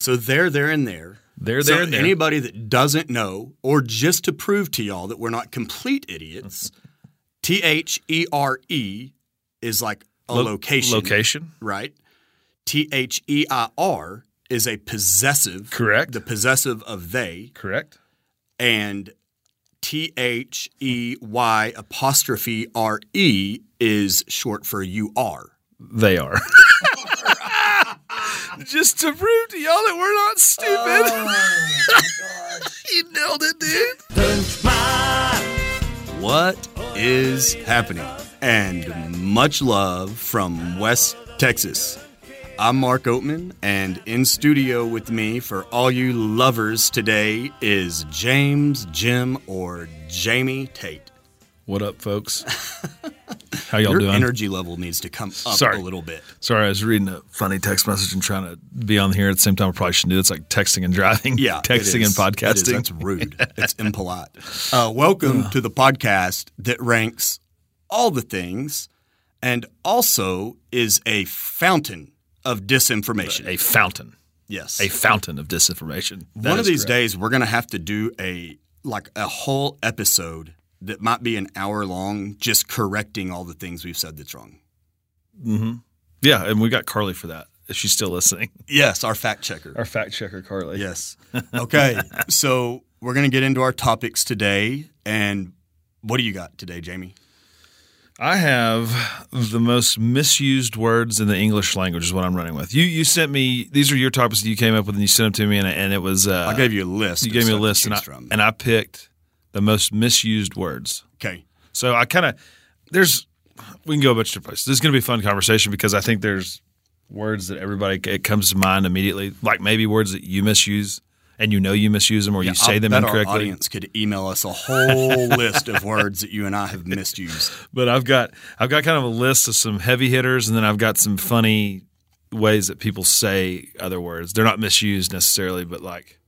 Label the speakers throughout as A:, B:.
A: So there, there, and there.
B: There,
A: So
B: there, and there.
A: Anybody that doesn't know, or just to prove to y'all that we're not complete idiots, T H E R E is like a
B: Lo-
A: location,
B: Location.
A: right? T H E I R is a possessive,
B: Correct.
A: the possessive of they,
B: Correct.
A: and T H E Y apostrophe R E is short for you are.
B: They are. Just to prove to y'all that we're not stupid. you nailed it, dude.
A: What is happening? And much love from West Texas. I'm Mark Oatman, and in studio with me for all you lovers today is James, Jim, or Jamie Tate.
B: What up, folks? How y'all
A: Your
B: doing?
A: energy level needs to come up
B: Sorry.
A: a little bit.
B: Sorry, I was reading a funny text message and trying to be on here at the same time. I probably shouldn't do. It's like texting and driving.
A: Yeah, it
B: texting and
A: is. It is.
B: podcasting.
A: That's rude. It's impolite. Uh, welcome to the podcast that ranks all the things, and also is a fountain of disinformation.
B: Uh, a fountain,
A: yes,
B: a fountain of disinformation. That
A: one of
B: is
A: these
B: correct.
A: days we're going to have to do a like a whole episode that might be an hour long just correcting all the things we've said that's wrong
B: Yeah, and we got Carly for that. If she's still listening,
A: yes our fact checker
B: our fact checker Carly.
A: yes okay so we're going to get into our topics today and what do you got today jamie
B: I have the most misused words in the English language is what I'm running with. You you sent me these are your topics that you came up with and you sent them to me and, and it was uh,
A: i gave you a list
B: you
A: of
B: gave me a
A: stuff to
B: list and I,
A: choose from.
B: and I picked the most misused words.
A: okay
B: So I kind of there's we can go a bunch of different places. This is going to be a fun conversation because I think there's words that everybody it comes to mind immediately, like maybe words that you misuse and you know you misuse them or you say
A: I
B: them
A: bet Our
B: incorrectly.
A: audience could email us a whole list of words that you and I have misused.
B: But I've got I've got kind of a list of some heavy hitters, and then I've got some funny ways that people say other words. They're not misused necessarily, but like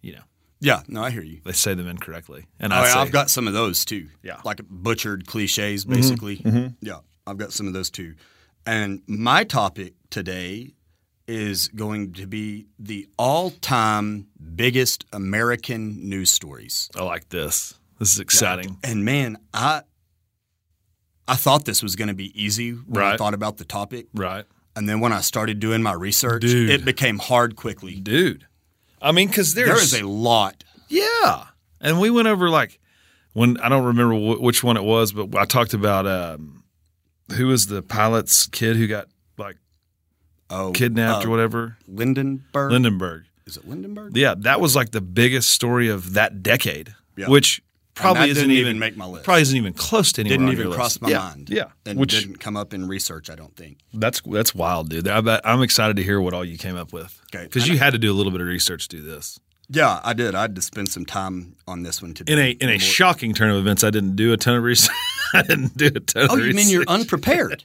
B: you know
A: Yeah, no, I hear you.
B: they say them incorrectly. And
A: Oh,
B: I
A: yeah,
B: say,
A: I've got some of those too.
B: Yeah. Mm-hmm.
A: Like butchered cliches, basically. Yeah, I've got some of those too. And my topic today is going to be the all time biggest American news stories.
B: I like this. This is exciting.
A: And man, I. I thought this was going to be easy when I
B: Right.
A: thought about the topic.
B: Right.
A: And then when I started doing my research,
B: Dude.
A: it became hard quickly.
B: Dude. I mean, because there's
A: There is a lot.
B: Yeah. And we went over like when I don't remember wh- which one it was, but I talked about um, who was the pilot's kid who got like
A: Oh,
B: kidnapped
A: uh,
B: or whatever?
A: Lindenberg.
B: Lindenberg.
A: is it Lindenberg?
B: Yeah, that was like the biggest story of that decade,
A: Yeah.
B: which
A: And
B: probably
A: that
B: isn't
A: didn't
B: even,
A: even make my list.
B: Probably isn't even close to anywhere.
A: didn't
B: on
A: even
B: your
A: cross
B: list.
A: my
B: yeah.
A: mind.
B: Yeah,
A: and
B: which
A: didn't come up in research. I don't think.
B: that's that's wild, dude. I bet, I'm excited to hear what all you came up with
A: 'Kay.
B: because you had to do a little bit of research to do this.
A: Yeah, I did. I had to spend some time on this one today.
B: In a in a
A: More-
B: shocking turn of events, I didn't do a ton of research. I didn't do a ton.
A: Oh,
B: of
A: you mean you're
B: research.
A: unprepared?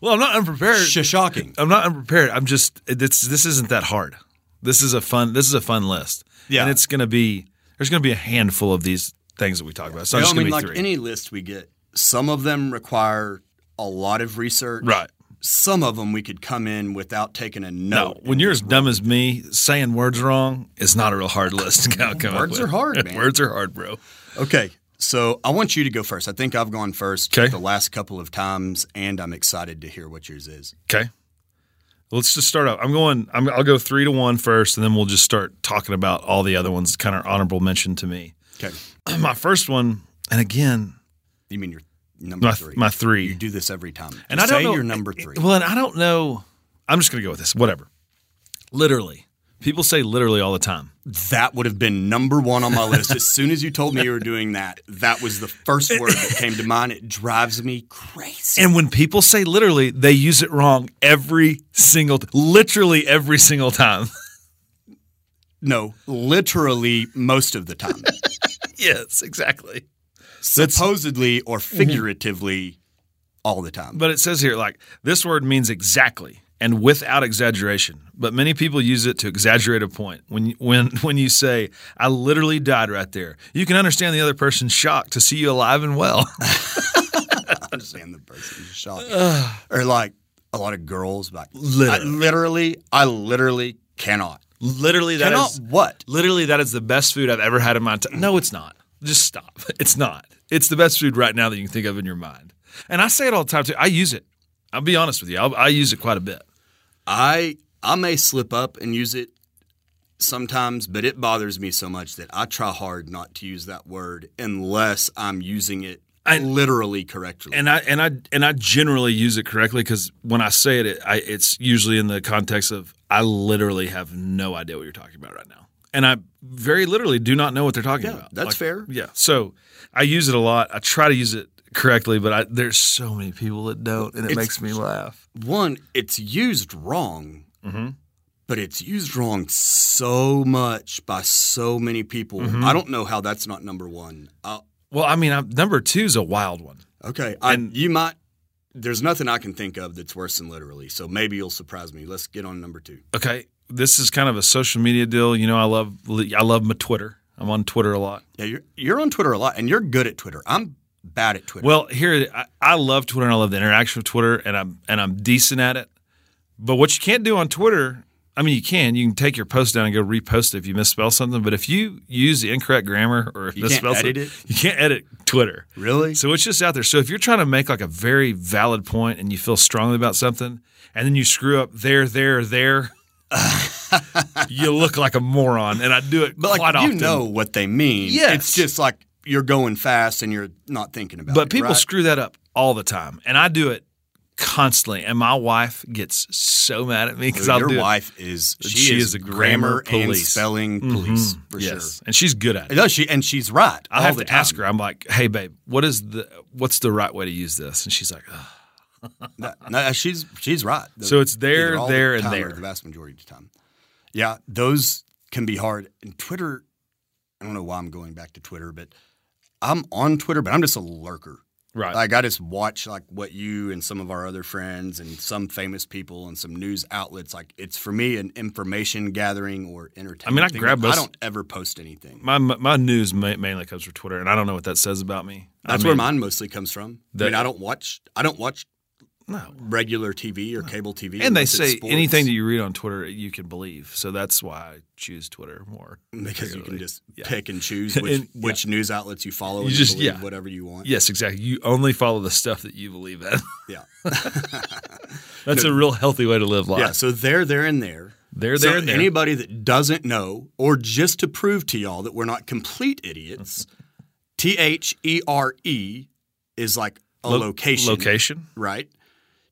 B: Well, I'm not unprepared.
A: Shocking.
B: I'm not unprepared. I'm just this. This isn't that hard. This is a fun. This is a fun list.
A: Yeah.
B: and it's gonna be. There's gonna be a handful of these things that we talk about. So it's
A: I
B: just gonna
A: mean,
B: be
A: like
B: three.
A: any list we get, some of them require a lot of research.
B: right.
A: Some of them we could come in without taking a
B: No,
A: note.
B: when you're as dumb as me, saying words wrong is not a real hard list to come come up
A: Words
B: with.
A: are hard, man.
B: words are hard, bro.
A: Okay. So I want you to go first. I think I've gone first
B: 'Kay.
A: the last couple of times, and I'm excited to hear what yours is.
B: Okay. Let's just start off. I'm going. I'm, I'll go three to one first, and then we'll just start talking about all the other ones. Kind of honorable mention to me.
A: Okay.
B: My first one, and again,
A: You mean your number
B: my
A: three?
B: my three.
A: you do this every time.
B: And
A: Just
B: I don't
A: say
B: know-
A: your number three.
B: Well, and I don't know. I'm just going to go with this. Whatever. Literally. People say literally all the time.
A: That would have been number one on my list. As soon as you told me you were doing that, that was the first word that came to mind. It drives me crazy.
B: And when people say literally, they use it wrong every single literally every single time.
A: No, literally most of the time.
B: yes, exactly.
A: Supposedly or
B: Mm-hmm.
A: figuratively all the time.
B: But it says here like this word means exactly and without exaggeration. But many people use it to exaggerate a point. When you- when when you say I literally died right there, you can understand the other person's shock to see you alive and well.
A: I understand the person's shocked. or like a lot of girls, like I
B: Literally.
A: literally, I literally cannot.
B: Literally, that is
A: Cannot what?
B: Literally, that is the best food I've ever had in my time. No, it's not. Just stop. It's not. It's the best food right now that you can think of in your mind. And I say it all the time too. I use it. I'll be honest with you. I'll, I use it quite a bit.
A: I I may slip up and use it sometimes, but it bothers me so much that I try hard not to use that word unless I'm using it
B: I-
A: literally correctly.
B: And I and I and I generally use it correctly because when I say it, it I, it's usually in the context of I literally have no idea what you're talking about right now, and I very literally do not know what they're talking
A: Yeah,
B: about.
A: that's fair.
B: Yeah. So I use it a lot. I try to use it correctly, but I, there's so many people that don't, and it makes me laugh.
A: One, it's used wrong, but it's used wrong so much by so many people. I don't know how that's not number one. Uh,
B: Well, I mean, I, number two is a wild one.
A: okay, I,
B: And-
A: you might. There's nothing I can think of that's worse than literally. So maybe you'll surprise me. Let's get on number two.
B: Okay, this is kind of a social media deal. You know, I love I love my Twitter. I'm on Twitter a lot.
A: Yeah, you're you're on Twitter a lot, and you're good at Twitter. I'm bad at Twitter.
B: Well, here I, I love Twitter and I love the interaction with Twitter and I'm and I'm decent at it. But what you can't do on Twitter, I mean, you can you can take your post down and go repost it if you misspell something. But if you use the incorrect grammar or if
A: You can't
B: misspell
A: edit
B: something,
A: it?
B: you can't edit Twitter.
A: really?
B: So it's just out there. So if you're trying to make like a very valid point and you feel strongly about something, and then you screw up there, there, there, you look like a moron. And I do it
A: But like
B: quite
A: you
B: often.
A: know what they mean.
B: Yes.
A: It's just like you're going fast and you're not thinking about it.
B: But people
A: right?
B: screw that up all the time, and I do it constantly. And my wife gets so mad at me because I'll
A: your
B: do
A: wife is she,
B: She
A: is,
B: is a
A: grammar, Mm-hmm.
B: grammar
A: and
B: police.
A: spelling
B: it.
A: police
B: Mhm.
A: for
B: yes,
A: sure.
B: and she's good at
A: It
B: it.
A: does she and she's right.
B: I
A: all
B: have
A: the
B: to
A: time.
B: ask her. I'm like, "Hey, babe, what is the what's the right way to use this?" And she's like, Ugh.
A: No, no, she's she's right. The-
B: So it's there,
A: either all the
B: there, and
A: time or
B: there.
A: The vast majority of the time. Yeah, those can be hard. And Twitter, I don't know why I'm going back to Twitter, but I'm on Twitter, but I'm just a lurker.
B: "Right,
A: Like I just watch like what you and some of our other friends and some famous people and some news outlets. Like it's for me an information gathering or entertainment.
B: I
A: thing.
B: grab
A: I
B: us-
A: don't ever post anything.
B: my my news ma- mainly comes from Twitter, and I don't know what that says about me."
A: That's
B: I
A: where
B: mean,
A: mine mostly comes from.
B: The-
A: I mean, I don't watch. I don't watch
B: no.
A: regular TV or cable TV.
B: And they
A: unless it's
B: say
A: sports,
B: anything that you read on Twitter, you can believe. So that's why I choose Twitter more.
A: because you can just
B: Yeah.
A: pick and choose which,
B: And- yeah.
A: which news outlets you follow.
B: You
A: and
B: just-
A: believe
B: yeah.
A: whatever you want.
B: Yes, exactly. You only follow the stuff that you believe in.
A: Yeah,
B: That's a real healthy way to live life.
A: yeah. So there, there, and there.
B: They're
A: So
B: there. and there.
A: anybody that doesn't know, or just to prove to y'all that we're not complete idiots, T H E R E is like a
B: Lo-
A: location,
B: Location.
A: right?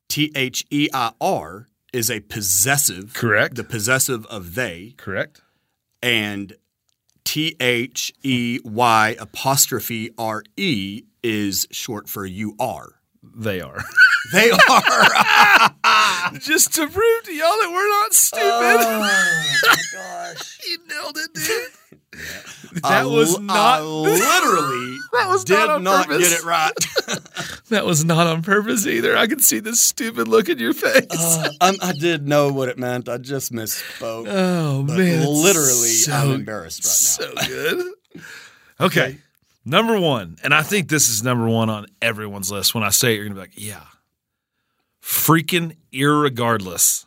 A: T H E I R is a possessive,
B: Correct.
A: the possessive of they,
B: Correct.
A: and T H E Y apostrophe R E is short for you are.
B: They are.
A: They are.
B: Just to prove to y'all that we're not stupid.
A: Uh. my gosh.
B: you nailed it, dude.
A: I
B: That was
A: l-
B: not.
A: I literally
B: That was
A: did
B: not
A: not,
B: on purpose.
A: get it right.
B: That was not on purpose either. I can see this stupid look in your face.
A: Um, I did know what it meant. I just misspoke.
B: oh
A: But
B: man! it's
A: literally,
B: so,
A: I'm embarrassed right now.
B: So good. okay. Number one, and I think this is number one on everyone's list. When I say it, you're gonna be like, "Yeah, freaking irregardless."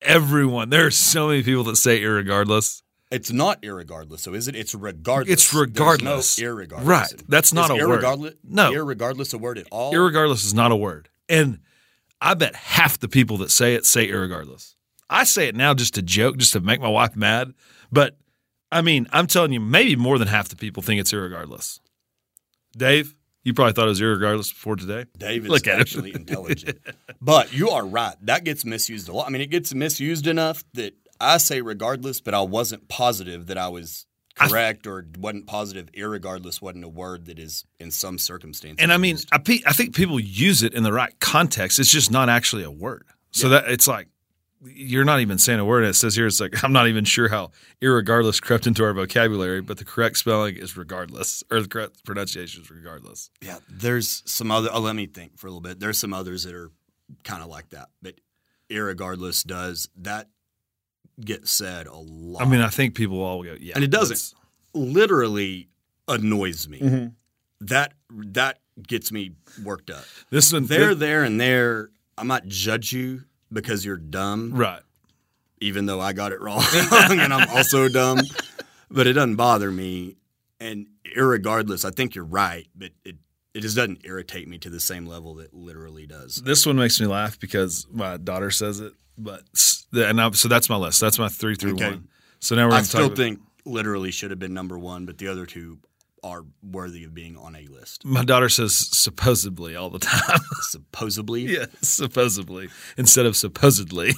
B: Everyone, there are so many people that say irregardless.
A: It's not irregardless, so is it? It's regardless.
B: It's regardless.
A: There's no irregardless.
B: Right. That's not
A: Is
B: a word.
A: irregardless-
B: No.
A: Irregardless a word at all?
B: Irregardless is not a word. And I bet half the people that say it say irregardless. I say it now just to joke, just to make my wife mad. But I mean, I'm telling you, maybe more than half the people think it's irregardless. Dave, you probably thought it was irregardless before today.
A: David's
B: Look at him.
A: actually intelligent. But you are right. That gets misused a lot. I mean, it gets misused enough that I say regardless, but I wasn't positive that I was
B: I-
A: correct or wasn't positive. Irregardless wasn't a word that is in some circumstances.
B: And I mean,
A: used.
B: I, pe- I think people use it in the right context. It's just not actually a word. So that it's like you're not even saying a word. And it says here, it's like I'm not even sure how irregardless crept into our vocabulary, but the correct spelling is regardless, or the correct pronunciation is regardless.
A: yeah, there's some other. Oh, let me think for a little bit. There's some others that are kind of like that, but irregardless does that get said a lot.
B: I mean, I think people all go, yeah,
A: And it doesn't.
B: that's-
A: literally annoys
B: Mm-hmm.
A: me. That that gets me worked up.
B: This one,
A: There,
B: thi-
A: there, and there. I might judge you because you're dumb,
B: right?
A: even though I got it wrong and I'm also dumb. But it doesn't bother me. And irregardless, I think you're right, but it, it just doesn't irritate me to the same level that literally does.
B: This one makes me laugh because my daughter says it, but and I, so that's my list. That's my three through
A: Okay.
B: one. So now we're
A: I
B: going to talk
A: still
B: about-
A: think literally should have been number one, but the other two are worthy of being on a list.
B: my daughter says supposedly all the time.
A: Supposedly.
B: yeah, supposedly instead of supposedly,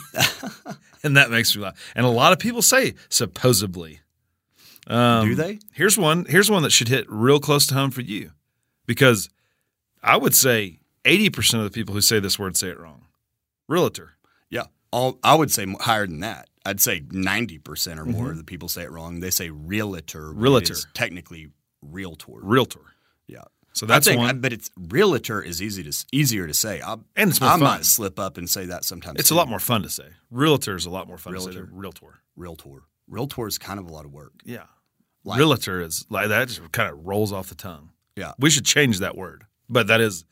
B: and that makes me laugh. And a lot of people say supposedly. Um,
A: Do they?
B: Here's one. Here's one that should hit real close to home for you, because I would say eighty percent of the people who say this word say it wrong. Realtor.
A: Yeah. All, I would say mo- higher than that. I'd say 90% or more of the people say it wrong. They say realtor. when it
B: Mm-hmm. Realtor.
A: is technically realtor.
B: realtor.
A: Yeah.
B: So that's
A: I think,
B: one.
A: But it's realtor is easy to easier to say. I,
B: And it's more
A: I
B: fun.
A: might slip up and say that sometimes.
B: it's a lot more fun to say. Realtor is a lot more fun to say
A: Realtor.
B: than realtor.
A: realtor. Realtor is kind of a lot of work.
B: Yeah.
A: Like-
B: realtor is like that just kind of rolls off the tongue.
A: Yeah.
B: We should change that word. But that is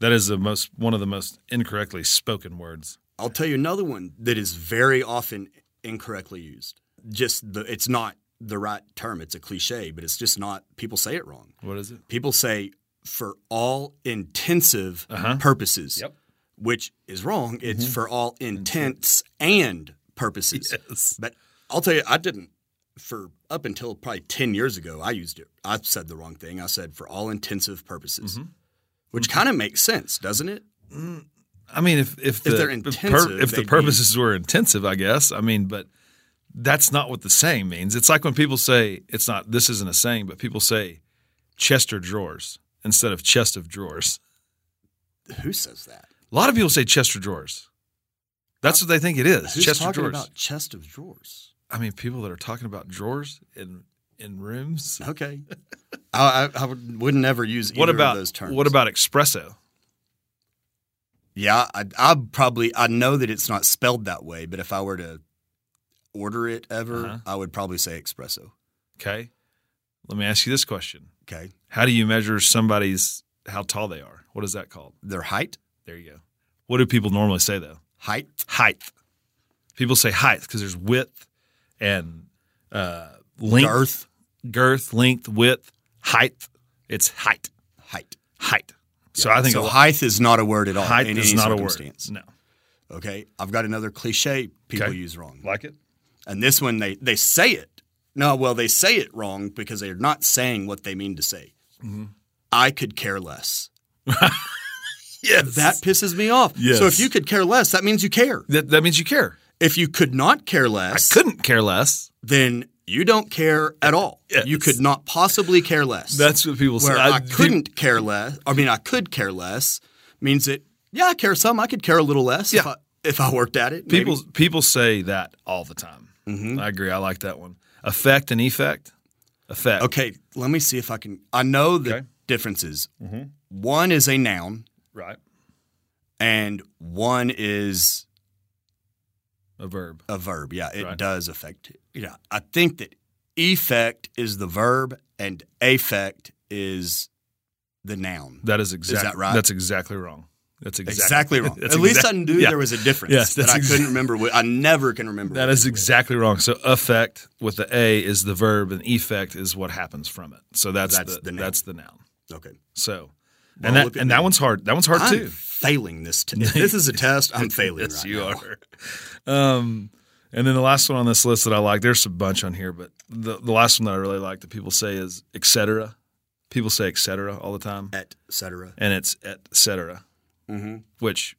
B: that is the most one of the most incorrectly spoken words.
A: I'll tell you another one that is very often incorrectly used. Just the it's not the right term. It's a cliche, but it's just not. People say it wrong.
B: What is it?
A: People say for all intensive
B: Uh-huh.
A: purposes,
B: Yep. Mm-hmm.
A: which is wrong. It's for all intents and purposes.
B: Yes.
A: But I'll tell you, I didn't for up until probably 10 years ago. I used it. I said the wrong thing. I said for all intensive purposes,
B: Mm-hmm.
A: which kind of makes sense, doesn't it?
B: I mean if if the
A: they're
B: if pur-
A: intensive,
B: if the
A: they'd be-
B: purposes were intensive, I guess. I mean, but that's not what the saying means. It's like when people say it's not this isn't a saying, but people say chest or drawers instead of chest of drawers.
A: Who says that?
B: A lot of people say chest of drawers. That's what they think it is.
A: Who's
B: chest of
A: talking
B: drawers.
A: about chest of drawers?
B: I mean, people that are talking about drawers in in rooms.
A: Okay. I, I, I would, would never use either
B: What about
A: of those terms.
B: what about espresso?
A: Yeah, I, I probably I know that it's not spelled that way, but if I were to order it ever,
B: Uh-huh.
A: I would probably say espresso.
B: Okay, let me ask you this question:
A: Okay,
B: How do you measure somebody's how tall they are? What is that called?
A: their height,
B: There you go. What do people normally say though?
A: height.
B: Height. People say height because there's width and uh, length,
A: Girth.
B: girth, length, width, height. It's height,
A: height.
B: height. So I think
A: so
B: a lot-
A: height is not a word at all.
B: height
A: in
B: is
A: any
B: not a word.
A: circumstance.
B: No,
A: Okay, I've got another cliche people
B: Okay.
A: use wrong,
B: like it.
A: and this one they they say it. No, well they say it wrong because they're not saying what they mean to say.
B: Mm-hmm.
A: I could care less.
B: Yes,
A: That pisses me off.
B: Yes.
A: So if you could care less, that means you care.
B: that that means you care.
A: If you could not care
B: I
A: less,
B: couldn't care less.
A: then you don't care at all.
B: Yes.
A: You could not possibly care less.
B: That's what people
A: where
B: say.
A: I, couldn't care less. I mean, I could care less means that yeah, I care some. I could care a little less if
B: Yeah.
A: I if I worked at it. maybe. Mm-hmm.
B: People people say that all the time. I agree. I like that one. Effect and effect. Effect.
A: Okay, let me see if I can. I know the
B: Okay. Mm-hmm.
A: differences. One is a noun,
B: Right.
A: and one is
B: A verb.
A: a verb. Yeah, it
B: Right.
A: does affect. Yeah, I think that effect is the verb, and affect is the noun.
B: That is exactly
A: that right?
B: That's exactly wrong. That's exactly,
A: Exactly wrong.
B: that's
A: At least I
B: exact-
A: knew
B: yeah.
A: there was a difference
B: Yes,
A: that
B: that's
A: I
B: exact-
A: couldn't remember. What, I never can remember.
B: That
A: what
B: is
A: it
B: exactly wrong. So effect with the a is the verb and effect is what happens from it. So that's,
A: That's
B: the,
A: the noun.
B: that's the noun.
A: Okay,
B: So
A: Well,
B: and that
A: look at
B: and
A: me.
B: that one's hard. That one's hard
A: I'm
B: too.
A: failing this. T- if this is a test. I'm failing.
B: yes,
A: right
B: you
A: now.
B: are. Um, and then the last one on this list that I like, there's a bunch on here, but the, the last one that I really like that people say is etc. People say etc. all the time,
A: Et cetera.
B: and it's etc.
A: Mm-hmm.
B: Which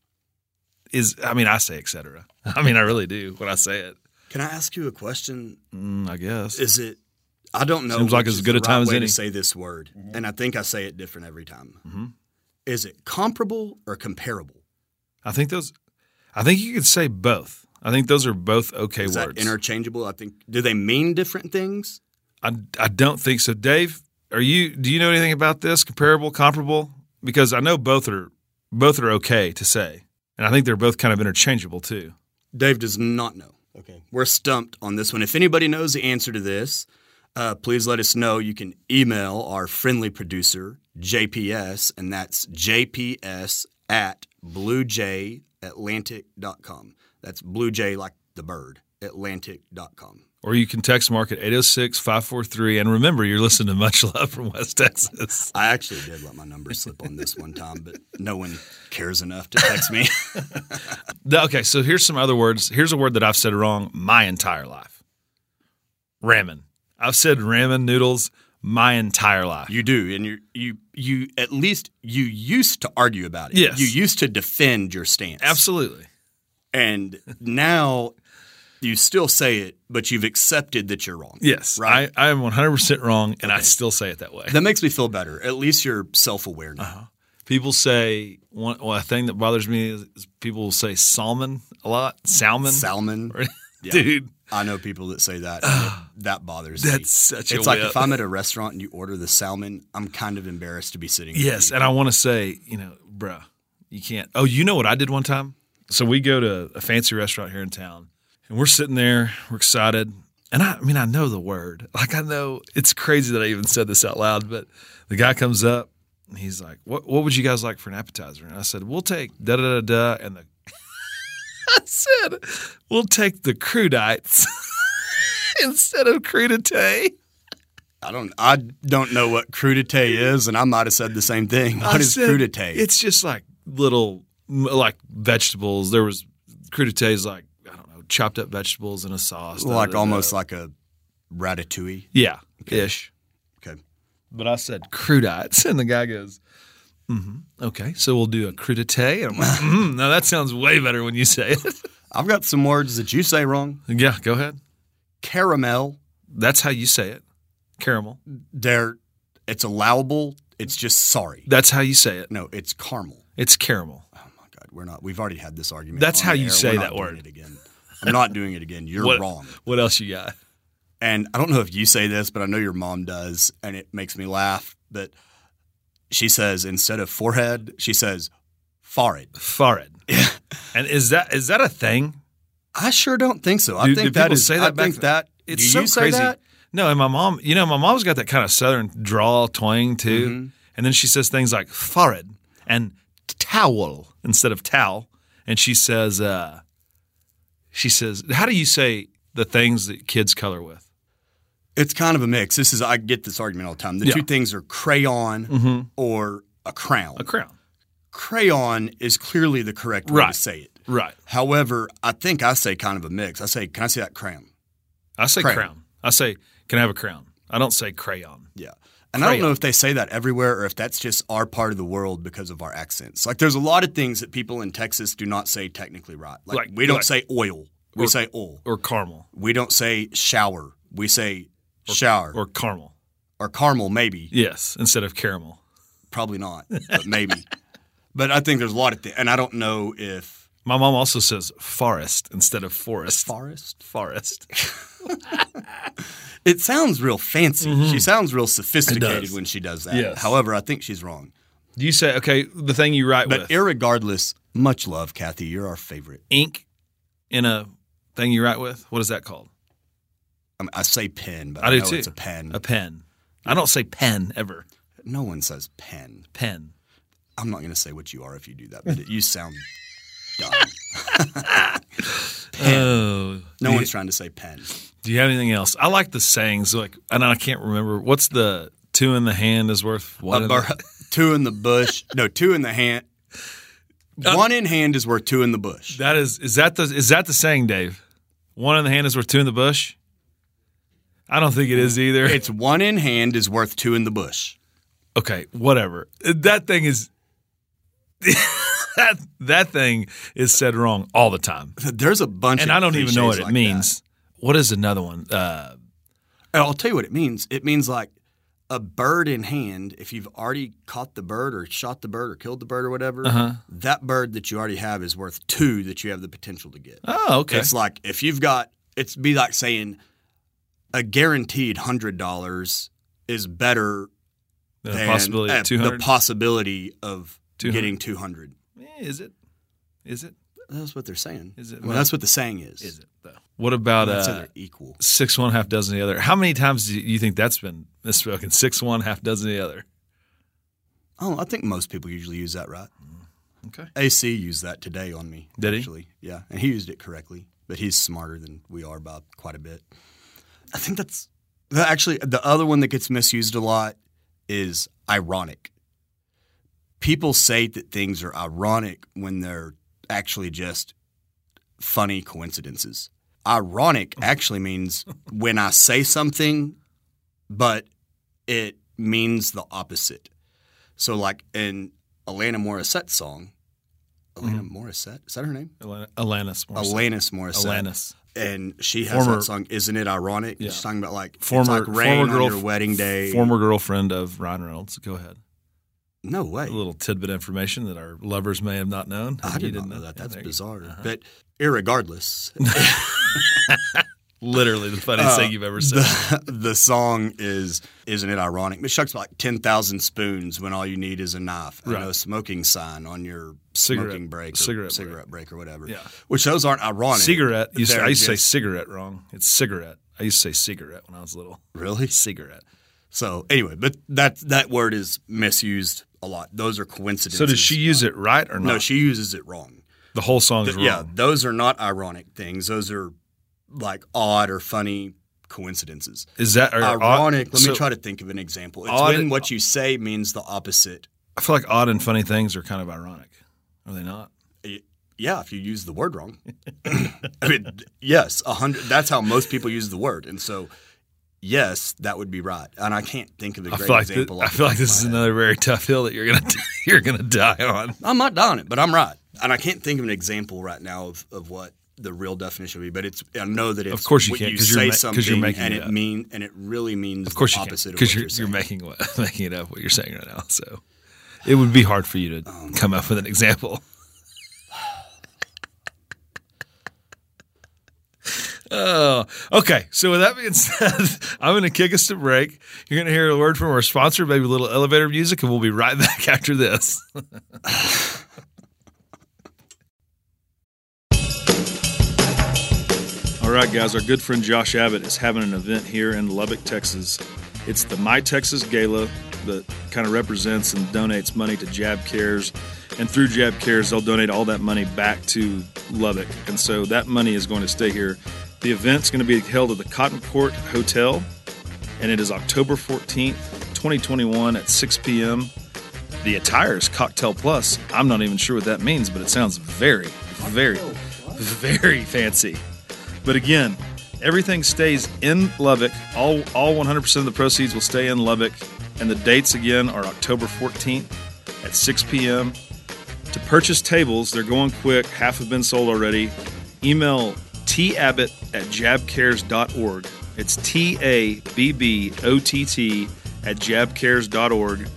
B: is, I mean, I say etc. I mean, I really do when I say it.
A: Can I ask you a question?
B: Mm, I guess
A: Is it? I don't know.
B: Seems like
A: which
B: as
A: is
B: good
A: the
B: a time
A: right
B: as
A: way
B: any. Mm-hmm.
A: to say this word, and I think I say it different every time.
B: Mhm.
A: Is it comparable or comparable?
B: I think those. I think you could say both. I think those are both okay
A: Is
B: words.
A: that interchangeable? I think. Do they mean different things?
B: I, I don't think so. Dave, are you do you know anything about this? Comparable, comparable? Because I know both are both are okay to say. And I think they're both kind of interchangeable too.
A: Dave does not know. Okay. We're stumped on this one. If anybody knows the answer to this, uh, please let us know. You can email our friendly producer, JPS, and that's JPS at bluejayatlantic.com. That's blue jay like the bird, atlantic.com.
B: Or you can text Mark at 806 543. And remember, you're listening to Much Love from West Texas.
A: I actually did let my number slip on this one, Tom, but no one cares enough to text me.
B: Okay, so here's some other words. Here's a word that I've said wrong my entire life ramen. I've said ramen noodles my entire life.
A: you do, and you you you at least you used to argue about it.
B: Yes.
A: You used to defend your stance.
B: Absolutely.
A: And now you still say it, but you've accepted that you're wrong.
B: Yes.
A: Right.
B: I, I am 100% wrong, and I Uh-huh. still say it that way.
A: That makes me feel better. At least you're self aware now.
B: People say, one well, a thing that bothers me is, is people will say salmon a lot. Salmon.
A: Salmon.
B: Dude,
A: I know people that say that. and it- that bothers me.
B: that's such a
A: It's like
B: whip.
A: if I'm at a restaurant and you order the salmon, I'm kind of embarrassed to be sitting. with
B: Yes,
A: you.
B: and I want to say, you know, bruh, you can't. Oh, you know what I did one time? So we go to a fancy restaurant here in town, and we're sitting there, we're excited, and I, I mean, I know the word. Like I know it's crazy that I even said this out loud, but the guy comes up, and he's like, "What What would you guys like for an appetizer?" And I said, "We'll take da da da da," and the I said, "We'll take the crudites instead of crudite."
A: I don't. I don't know what crudité is, and I might have said the same thing.
B: I
A: What is
B: said,
A: crudité?
B: It's just like little, m- like vegetables. There was crudité is like I don't know, chopped up vegetables in a sauce. da,
A: like
B: da, da.
A: almost like a ratatouille.
B: yeah, ish.
A: Okay.
B: But I said crudites, and the guy goes, mm-hmm, "Okay, so we'll do a crudité." And I'm like, mm, "No, that sounds way better when you say it."
A: I've got some words that you say wrong.
B: yeah, go ahead.
A: Caramel.
B: That's how you say it. Caramel.
A: There. It's allowable. It's just sorry.
B: That's how you say it.
A: No, it's caramel.
B: It's caramel.
A: Oh my God, we're not. We've already had this argument.
B: That's
A: on
B: how
A: the
B: you
A: air.
B: say
A: We're not
B: that
A: doing
B: word.
A: it again. I'm not doing it again. You're
B: What-
A: wrong.
B: What else you got?
A: and I don't know if you say this, but I know your mom does, and it makes me laugh. But she says instead of forehead, she says forehead.
B: Farad. and is that is that a thing?
A: I sure don't think so. I
B: Do-
A: think
B: do
A: that
B: people
A: is.
B: say
A: I
B: that back
A: think
B: then?
A: that
B: It's
A: do
B: so
A: you say
B: crazy.
A: that?
B: No, and my mom, you know, my mom's got that kind of southern drawl, twang too. And then she says things like forehead and towel instead of towel. And she says, uh, she says, how do you say the things that kids color with?
A: It's kind of a mix. This is I get this argument all the time. The
B: Yeah. Mm.
A: two things are crayon
B: Mm-hmm.
A: or a crown.
B: A crown.
A: crayon is clearly the correct way
B: Right.
A: to say it.
B: Right.
A: However, I think I say kind of a mix. I say, "Can I see that crayon?"
B: I say crown.
A: Crown.
B: I say, can I have a crown? I don't say crayon.
A: Yeah. And I don't know if they say that everywhere or if that's just our part of the world because of our accents. Like there's a lot of things that people in Texas do not say technically right. Like,
B: Like-
A: we don't
B: like-
A: say oil. We
B: Or-
A: say oil.
B: Or caramel.
A: We don't say shower. We say shower or,
B: Or caramel.
A: caramel maybe.
B: Yes, instead of caramel.
A: Probably not, but maybe. but I think there's a lot of things and I don't know if
B: My mom also says forest instead of forest.
A: forest.
B: forest.
A: It sounds real fancy. She sounds real
B: Mm-hmm. does.
A: sophisticated when she does that.
B: Yes.
A: However, I think she's wrong.
B: Do you say okay? The thing you write
A: But
B: with
A: irregardless, much love, Kathy. You're our favorite.
B: ink in a thing you write with. What is that called?
A: I, mean, I say pen, but
B: I
A: I,
B: do
A: know
B: too.
A: it's a pen.
B: A pen. I don't say pen ever.
A: no one says pen.
B: Pen.
A: I'm not going to say what you are if you do that, but it, you sound dumb.
B: Oh.
A: No one's trying to say pen.
B: Do you have anything else? I like the sayings like, and I can't remember what's the two in the hand is worth one.
A: A
B: in
A: bur-
B: the-
A: two in the bush. No, two in the hand. One in hand is worth two in the bush.
B: Uh, that is is that the is that the saying, Dave? One in the hand is worth two in the bush. I don't think it is either.
A: It's one in hand is worth two in the bush.
B: okay, whatever. That thing is. that that thing is said wrong all the time.
A: There's a bunch,
B: and
A: of
B: I don't even know what
A: cliches
B: it
A: like
B: means. What is another one? Uh,
A: that. And I'll tell you what it means. It means like a bird in hand. If you've already caught the bird or shot the bird or killed the bird or whatever,
B: Uh-huh.
A: that bird that you already have is worth two that you have the potential to get.
B: oh, okay.
A: It's like if you've got it's be like saying a guaranteed hundred dollars is better
B: The
A: than
B: possibility
A: uh,
B: of two
A: the
B: hundred.
A: possibility of
B: 200.
A: getting two hundred.
B: is it? Is it?
A: That's what they're saying.
B: Is it?
A: I mean, that's what the saying is.
B: Is it though? What about
A: I'd say
B: uh,
A: they're equal.
B: six one half dozen the other? How many times do you think that's been misspoken? Six one half dozen the other.
A: Oh, I think most people usually use that right.
B: Okay.
A: AC used that today on me.
B: Did he?
A: actually. Yeah, and he used it correctly. but he's smarter than we are by quite a bit. I think that's actually the other one that gets misused a lot is ironic. People say that things are ironic when they're actually just funny coincidences. Ironic actually means when I say something, but it means the opposite. So, like in Alana Morissette song, Alana Morissette is that her name?
B: Alan- Alanis Mm-hmm. Morissette.
A: Alanis Morissette.
B: Alanis.
A: And she has
B: Former-
A: that song, Isn't It Ironic?
B: Yeah.
A: She's talking about like it's
B: Former
A: like rain
B: former girl,
A: on your wedding day.
B: Former girlfriend of Ryan Reynolds. Go ahead.
A: no way.
B: A little tidbit of information that our lovers may have not known.
A: I
B: You
A: did not know that.
B: Yeah,
A: That's
B: there you go.
A: bizarre.
B: Uh-huh.
A: But irregardless,
B: Literally the funniest thing you've ever said.
A: Uh, the, the song is Isn't It Ironic? But Shucks like 10,000 spoons when all you need is a knife and
B: Right.
A: a smoking sign on your
B: Cigarette-
A: smoking break or
B: cigarette break.
A: break. or whatever.
B: Yeah.
A: Which those aren't ironic.
B: cigarette. Used to,
A: They're
B: I used to say
A: just-
B: cigarette wrong. It's cigarette. I used to say cigarette when I was little.
A: Really?
B: Cigarette.
A: So anyway, but that that word is misused a lot. Those are coincidences.
B: So does she use it right or not?
A: No, she uses it wrong.
B: the whole song is
A: Th-
B: wrong.
A: yeah, those are not ironic things. Those are like odd or funny coincidences.
B: Is that or,
A: ironic.
B: Odd,
A: Let
B: so
A: me try to think of an example. It's
B: Odd-
A: when what you say means the opposite.
B: I feel like odd and funny things are kind of ironic. Are they not?
A: Yeah, if you use the word wrong. I mean, yes, a hundred. That's how most people use the word, and so yes, that would be right. And I can't think of a
B: I
A: great
B: feel like thi-
A: example.
B: I
A: off the
B: feel
A: top
B: like
A: of
B: this
A: my
B: is
A: head.
B: another very tough hill that you're gonna you're gonna die on.
A: I'm not down it, but I'm right. And I can't think of an example right now of, of what the real definition would be. But it's I know that it's
B: Of course you
A: when
B: can't,
A: You
B: 'cause you're
A: say
B: ma- 'cause
A: something
B: you're making
A: and
B: it
A: it
B: up.
A: mean and it really means
B: Of course
A: the
B: you
A: opposite
B: because
A: of what
B: you're,
A: you're,
B: you're
A: saying.
B: making what, making it up what you're saying right now. So it would be hard for you
A: Oh,
B: to come up with an example. Oh, okay. So with that being said, I'm going to kick us to break. You're going to hear a word from our sponsor, maybe a little elevator music, and we'll be right back after this. All right, guys, our good friend Josh Abbott is having an event here in Lubbock, Texas. It's the My Texas Gala that kind of represents and donates money to Jab Cares. And through Jab Cares, they'll donate all that money back to Lubbock. And so that money is going to stay here. The event's going to be held at the Cotton Court Hotel, and it is October 14th, 2021 at 6 p.m. The attire is Cocktail Plus. I'm not even sure what that means, but it sounds very, very, very fancy. But again, everything stays in Lubbock. All all 100% of the proceeds will stay in Lubbock, and the dates again are October 14th at 6 p.m. To purchase tables, they're going quick. Half have been sold already. Email tabbott at jabcares.org. It's T A B B O T T at jabcares.org.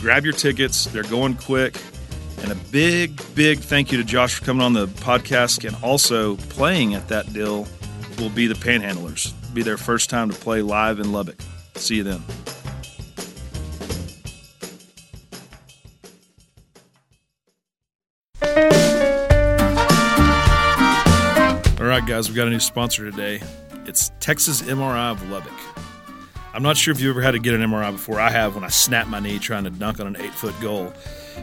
B: Grab your tickets, they're going quick. And a big, big thank you to Josh for coming on the podcast and also playing at that deal will be the Panhandlers. It'll be their first time to play live in Lubbock. See you then. All right, guys, we've got a new sponsor today. It's Texas MRI of Lubbock. I'm not sure if you ever had to get an MRI before. I have when I snapped my knee trying to dunk on an eight foot goal.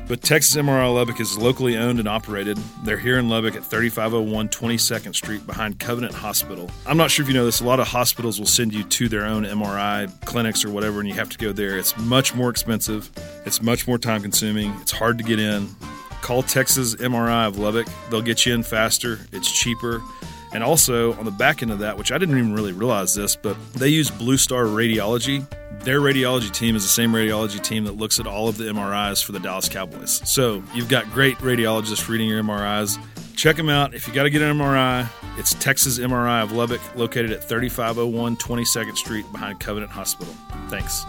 B: But Texas MRI Lubbock is locally owned and operated. They're here in Lubbock at 3501 22nd Street behind Covenant Hospital. I'm not sure if you know this, a lot of hospitals will send you to their own MRI clinics or whatever, and you have to go there. It's much more expensive, it's much more time consuming, it's hard to get in. Call Texas MRI of Lubbock. They'll get you in faster, it's cheaper. And also on the back end of that, which I didn't even really realize this, but they use Blue Star Radiology. Their radiology team is the same radiology team that looks at all of the MRIs for the Dallas Cowboys. So you've got great radiologists reading your MRIs. Check them out. If you got to get an MRI, it's Texas MRI of Lubbock, located at 3501 22nd Street behind Covenant Hospital. Thanks.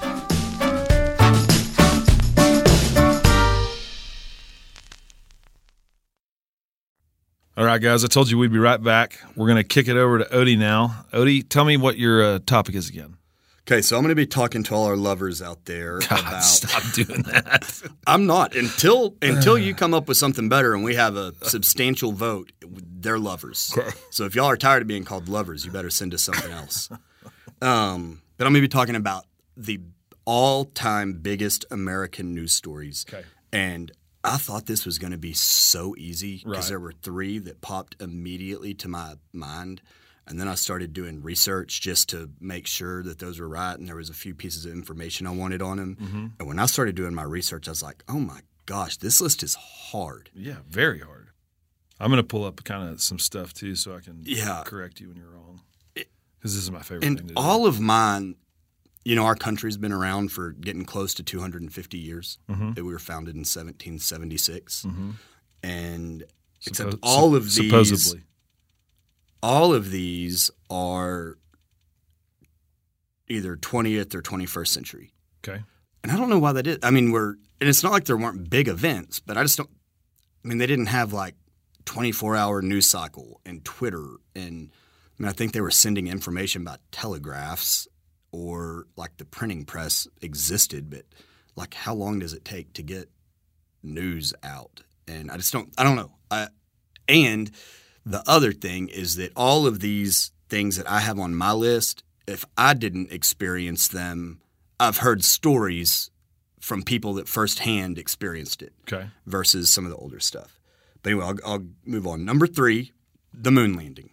B: All right, guys, I told you we'd be right back. We're going to kick it over to Odie now. Odie, tell me what your uh, topic is again.
A: Okay, so I'm going to be talking to all our lovers out there about.
B: doing that.
A: I'm not until until you come up with something better and we have a substantial vote. They're lovers. So if y'all are tired of being called lovers, you better send us something else. Um, but I'm going to be talking about the all-time biggest American news stories.
B: Okay.
A: And I thought this was going to be so easy because
B: Right.
A: there were three that popped immediately to my mind. And then I started doing research just to make sure that those were right. And there was a few pieces of information I wanted on them. And when I started doing my research, I was like, oh my gosh, this list is hard.
B: Yeah, very hard. I'm going to pull up kind of some stuff too so I can
A: Yeah.
B: correct you when you're wrong. Because this is my favorite
A: And
B: thing to do.
A: all of mine, you know, our country's been around for getting close to 250 years.
B: Mm-hmm.
A: That we were founded in 1776. And except
B: Suppo-
A: all
B: sup-
A: of these.
B: Supposedly.
A: all of these are either 20th or 21st century.
B: Okay.
A: And I don't know why that is. I mean, we're, and it's not like there weren't big events, but I just don't, I mean, they didn't have like 24 hour news cycle and Twitter. And I mean, I think they were sending information by telegraphs or like the printing press existed, but like how long does it take to get news out? And I just don't, I don't know. I, and the other thing is that all of these things that I have on my list, if I didn't experience them, I've heard stories from people that firsthand experienced it
B: Okay.
A: versus some of the older stuff. But anyway, I'll, I'll move on. Number three, the moon landing.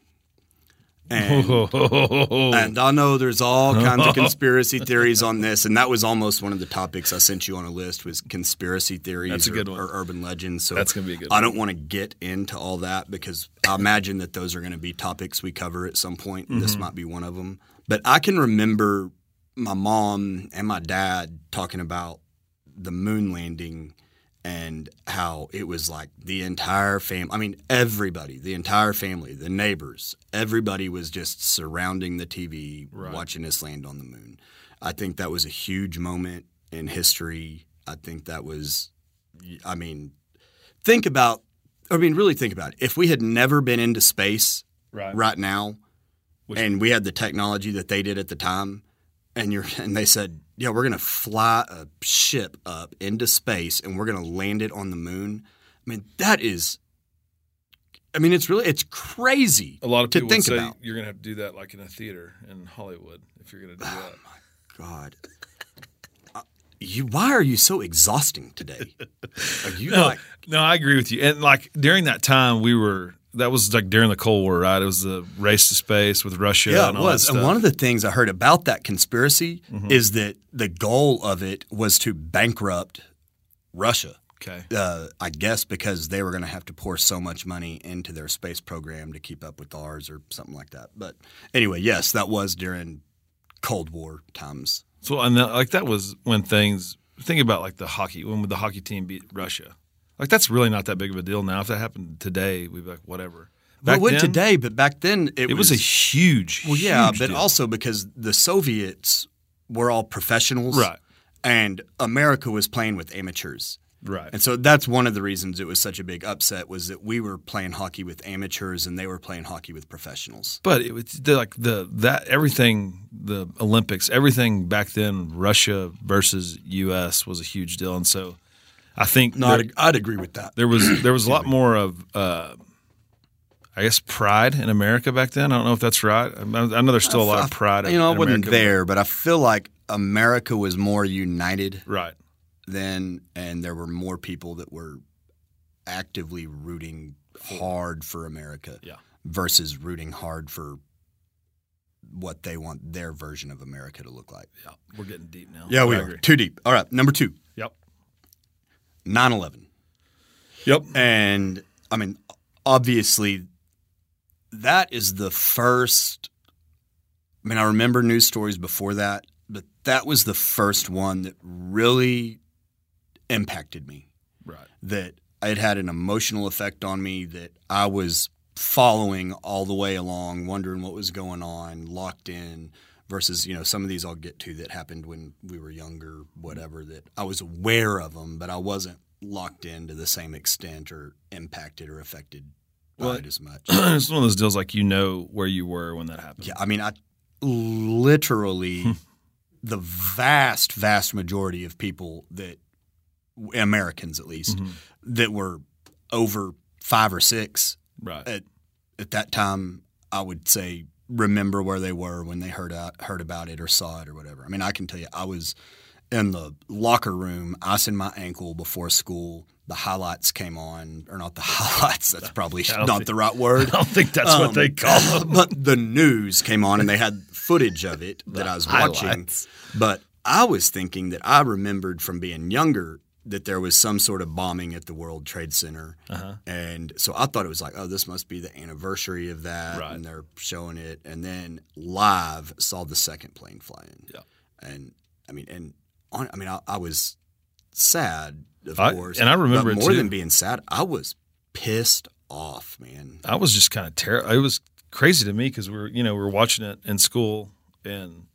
A: And, and I know there's all kinds of conspiracy theories on this, and that was almost one of the topics I sent you on a list was conspiracy theories
B: That's a
A: or,
B: good one.
A: or urban legends. So
B: That's gonna be a good
A: I don't want to get into all that because I imagine that those are going to be topics we cover at some point. and
B: Mm-hmm.
A: This might be one of them. But I can remember my mom and my dad talking about the moon landing and how it was like the entire family. I mean, everybody, the entire family, the neighbors, everybody was just surrounding the TV watching us land on the moon. I think that was a huge moment in history. I think that was, I mean, think about, I mean, really think about it. If we had never been into space
B: right.
A: right now, and we had the technology that they did at the time, and you're and they said, yeah, we're gonna fly a ship up into space and we're gonna land it on the moon. I mean, that is, I mean, it's really it's crazy
B: A lot of
A: to
B: people would
A: think
B: say
A: about.
B: you're going to have to do that like in a theater in Hollywood if you're going to do that.
A: God. Uh, You, why are you so exhausting today? Are you
B: No,
A: like
B: Oh, no, I agree with you. And like during that time, we were that was like during the Cold War, right? It was the race to space with Russia.
A: Yeah,
B: and
A: it
B: all that
A: was. And
B: stuff. Mm-hmm.
A: one of the things I heard about that conspiracy is that the goal of it was to bankrupt Russia.
B: okay,
A: Uh, I guess because they were going to have to pour so much money into their space program to keep up with ours or something like that. But anyway, yes, that was during Cold War times.
B: so and that, like that was when things. Think about like the hockey when the hockey team beat Russia. Like that's really not that big of a deal now. If that happened today, we'd be like whatever.
A: Well, it went
B: then,
A: today, but back then it,
B: It was, a huge.
A: well, yeah,
B: huge
A: but
B: deal.
A: also because the Soviets were all professionals,
B: Right.
A: And America was playing with amateurs.
B: right.
A: And so that's one of the reasons it was such a big upset was that we were playing hockey with amateurs and they were playing hockey with professionals.
B: But it was the, like the that everything the Olympics everything back then Russia versus U.S. was a huge deal, and so I think
A: No, I'd, I'd agree with that.
B: there was there was a lot more of uh, I guess pride in America back then. I don't know if that's right. I I know there's still a lot of pride.
A: You know, I
B: in
A: wasn't
B: America.
A: there, but I feel like America was more united
B: Right.
A: then, and there were more people that were actively rooting hard for America
B: Yeah.
A: versus rooting hard for what they want their version of America to look like.
B: Yeah, we're getting deep now.
A: Yeah, we
B: I
A: are.
B: agree.
A: Too deep. All right, number two,
B: Yep.
A: 9 11.
B: Yep.
A: And I mean, obviously, that is the first. I mean, I remember news stories before that, but that was the first one that really impacted me.
B: Right.
A: That it had an emotional effect on me, that I was following all the way along, wondering what was going on, locked in. Versus, you know, some of these I'll get to that happened when we were younger, whatever. That I was aware of them, but I wasn't locked in to the same extent or impacted or affected by
B: Well,
A: it as much.
B: it's one of those deals like you know where you were when that happened.
A: Yeah, I mean, I literally the vast, vast majority of people that Americans, at least,
B: Mm-hmm.
A: that were over five or six
B: Right.
A: at at that time, I would say uh, remember where they were when they heard out, heard about it or saw it or whatever. I mean, I can tell you, I was in the locker room, icing my ankle before school. The highlights came on, or not the highlights. That's probably
B: I
A: not
B: don't think-
A: the right word.
B: I don't think that's what they call them.
A: Um, But the news came on, and they had footage of it that I was watching.
B: highlights.
A: But I was thinking that I remembered from being younger that there was some sort of bombing at the World Trade Center,
B: Uh-huh.
A: and so I thought it was like, oh, this must be the anniversary of that,
B: Right.
A: and they're showing it. And then live saw the second plane fly in.
B: Yeah.
A: and I mean, and on, I mean, I, I was sad, of
B: I-
A: course,
B: and I remember
A: but
B: it
A: more
B: too.
A: than being sad, I was pissed off, man.
B: I was just kind of terrified. It was crazy to me because we were, you know, we were watching it in school, and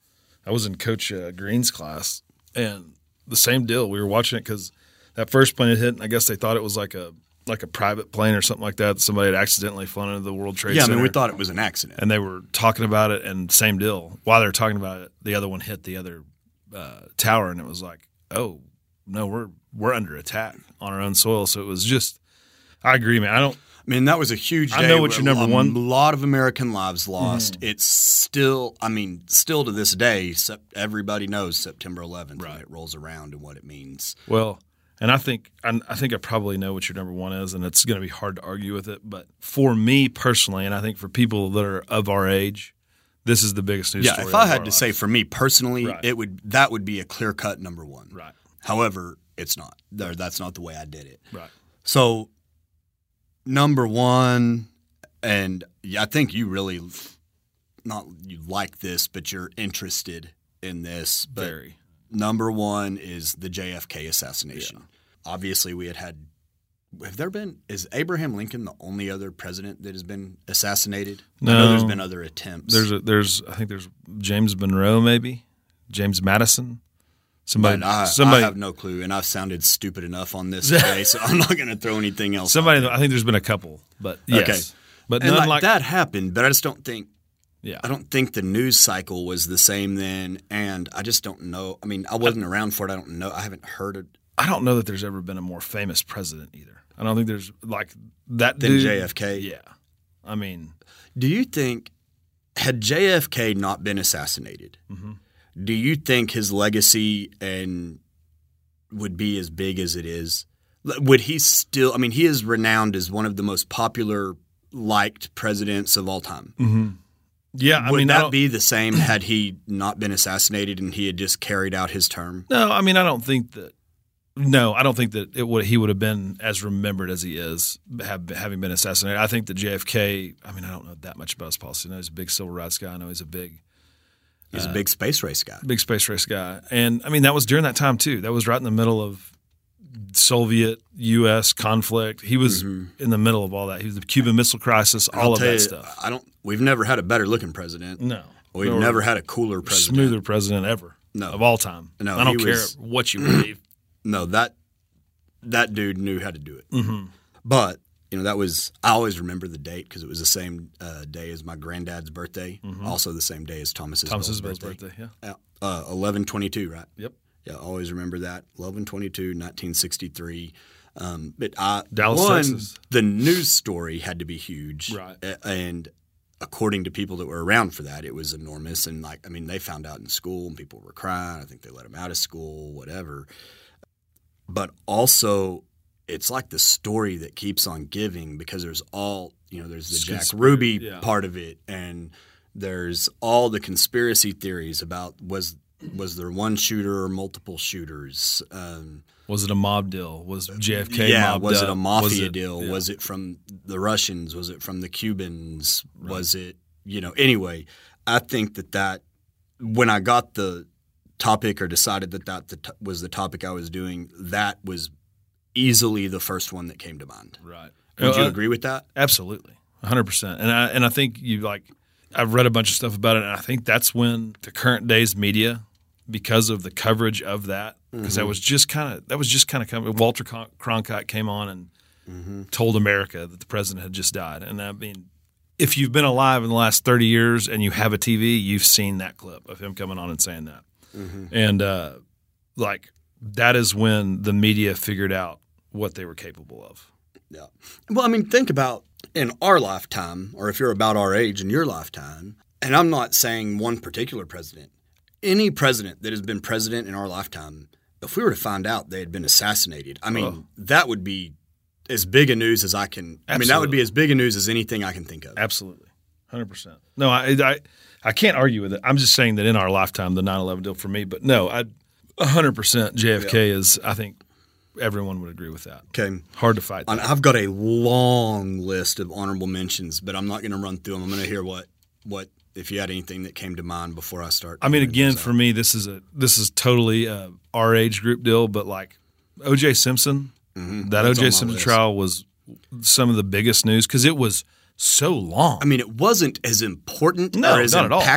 B: I was in Coach uh, Green's class, and the same deal. We were watching it because that first plane had hit, and I guess they thought it was like a like a private plane or something like that. Somebody had accidentally flown into the World Trade
A: Yeah, I
B: Center.
A: mean, we thought it was an accident.
B: and they were talking about it, and same deal. While they were talking about it, the other one hit the other uh, tower, and it was like, oh no, we're we're under attack on our own soil. So it was just, I agree, man. I don't.
A: I mean, that was a huge. Day
B: I know what your number
A: a
B: one- Mm-hmm.
A: lot of American lives lost. It's still, I mean, still to this day, sep- everybody knows September 11th when it rolls around and what it means.
B: Well, and I think I, I think I probably know what your number one is, and it's going to be hard to argue with it. But for me personally, and I think for people that are of our age, this is the biggest news.
A: Yeah,
B: story
A: if I
B: of
A: had
B: our
A: to say
B: lives.
A: for me personally,
B: Right.
A: it would that would be a clear cut number one.
B: right,
A: However, it's not. There, that's not the way I did it.
B: right,
A: So, number one, and yeah, I think you really not you like this, but you're interested in this. But
B: very
A: number one is the JFK assassination. Obviously, we had had. Have there been? Is Abraham Lincoln the only other president that has been assassinated? I know
B: No.
A: there's been other attempts.
B: There's a, there's I think there's James Monroe maybe James Madison, somebody
A: but I,
B: somebody
A: I have no clue, and I've sounded stupid enough on this today, so I'm not going to throw anything else.
B: somebody. I think there's been a couple, but yes,
A: Okay.
B: but
A: and
B: none
A: like,
B: like
A: that happened, but I just don't think
B: Yeah,
A: I don't think the news cycle was the same then, and I just don't know. I mean, I wasn't around for it. I don't know. I haven't heard it
B: I don't know that there's ever been a more famous president either. I don't think there's like that
A: than
B: dude-
A: JFK.
B: Yeah, I mean.
A: Do you think, had JFK not been assassinated,
B: mm-hmm.
A: do you think his legacy and would be as big as it is? L- Would he still? I mean, he is renowned as one of the most popular, liked presidents of all time.
B: Mm-hmm. Yeah, I
A: Would
B: mean, I
A: that
B: don't-
A: be the same had he not been assassinated and he had just carried out his term?
B: no. I mean, I don't think that. No, I don't think that it would. He would have been as remembered as he is, have, having been assassinated. I think that JFK. I mean, I don't know that much about his policy. I know he's a big civil rights guy. I know he's a big,
A: He's
B: Uh,
A: a big space race guy.
B: big space race guy. And I mean, that was during that time too. That was right in the middle of Soviet U.S. conflict. He was in the middle of all that. He was the Cuban Missile Crisis, all
A: Mm-hmm. I'll
B: of
A: tell
B: that
A: you,
B: stuff.
A: I don't. We've never had a better looking president.
B: No,
A: We've
B: Or
A: never had a cooler president.
B: smoother president ever.
A: No.
B: of all time.
A: No,
B: I don't
A: he
B: care
A: was-
B: what you believe.
A: no that that dude knew how to do it
B: Mm-hmm.
A: but you know that was i always remember the date because it was the same uh, day as my granddad's birthday also the same day as thomas's,
B: Thomas
A: Bill's
B: Isabel's Mm-hmm. birthday. Yeah.
A: Yeah, uh, 1122 right
B: Yep.
A: yeah I always remember that 1122 1963 um, but I
B: Dallas,
A: one,
B: Texas.
A: the news story had to be huge
B: Right.
A: A- and according to people that were around for that it was enormous and like i mean they found out in school and people were crying i think they let them out of school whatever but also it's like the story that keeps on giving because there's all you know there's the jack
B: Conspira-
A: ruby
B: yeah.
A: part of it and there's all the conspiracy theories about was was there one shooter or multiple shooters um,
B: Was it a mob deal? Was JFK?
A: yeah
B: mobbed
A: was it a
B: up?
A: mafia
B: Was it-
A: deal
B: yeah.
A: was it from the russians was it from the cubans was it you know anyway i think that that when i got the topic or decided that that the t- was the topic i was doing that was easily the first one that came to mind
B: right?
A: would you
B: Uh,
A: agree with that
B: Absolutely, hundred percent. And I and I think you like. I've read a bunch of stuff about it, and I think that's when the current day's media, because of the coverage of that, because
A: Mm-hmm.
B: that was just kind of that was just kind of coming. Walter Con- Cronkite came on and told America that the president had just died, and I mean. If you've been alive in the last 30 years and you have a TV, you've seen that clip of him coming on and saying that. And uh, like that is when the media figured out what they were capable of.
A: Yeah. Well, I mean, think about in our lifetime, or if you're about our age in your lifetime, and I'm not saying one particular president, any president that has been president in our lifetime, if we were to find out they had been assassinated, I mean,
B: Oh.
A: that would be as big a news as I can. I mean, that would be
B: Absolutely.
A: as big a news as anything I can think of.
B: Absolutely. 100%. No, I, I I can't argue with it. I'm just saying that in our lifetime, the 9 11 deal for me, but no, I 100% JFK is, I think everyone would agree with that.
A: Okay.
B: Hard to fight.
A: And
B: that.
A: I've got a long list of honorable mentions, but I'm not going to run through them. I'm going to hear what, what, if you had anything that came to mind before I start.
B: I mean, again, for me, this is a this is totally a our age group deal, but like OJ Simpson, that
A: Mm-hmm. That's on my
B: OJ Simpson
A: list.
B: trial was some of the biggest news because it was so long.
A: I mean, it wasn't as important
B: No,
A: or as
B: not at all. Mm-hmm.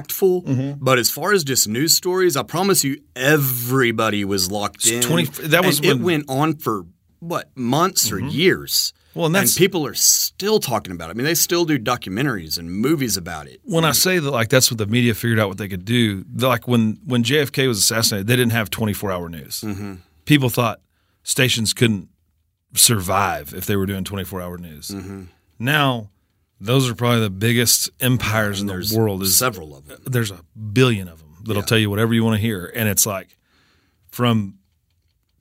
A: impactful, but as far as just news stories, I promise you, everybody was locked in.
B: 20 that was
A: And it
B: when-
A: went on for what months or years.
B: Well, and that's-
A: people are still talking about it. I mean, they still do documentaries and movies about it.
B: when I say that, like that's what the media figured out what they could do. they're Like when when JFK was assassinated, they didn't have twenty four hour news. People thought stations couldn't survive if they were doing twenty four hour news. Now, those are probably the biggest empires in the world. Is
A: Several of them.
B: there's a billion of them that'll tell you whatever you want to hear, and it's like from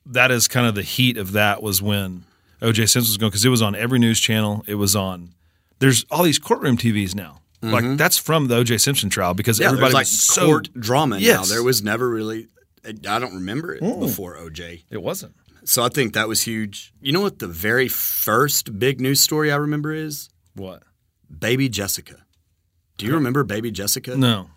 B: that is kind of the heat of that was when OJ Simpson was going because it was on every news channel. It was on. There's all these courtroom TVs now. Like that's from the OJ Simpson trial because
A: Mm-hmm. Yeah,
B: everybody
A: there's like
B: was so
A: court drama now.
B: Yes. Mm.
A: There was never really. I don't remember it before OJ.
B: it wasn't.
A: So I think that was huge. You know what the very first big news story I remember is?
B: What?
A: Baby Jessica. Do you remember Baby Jessica?
B: No.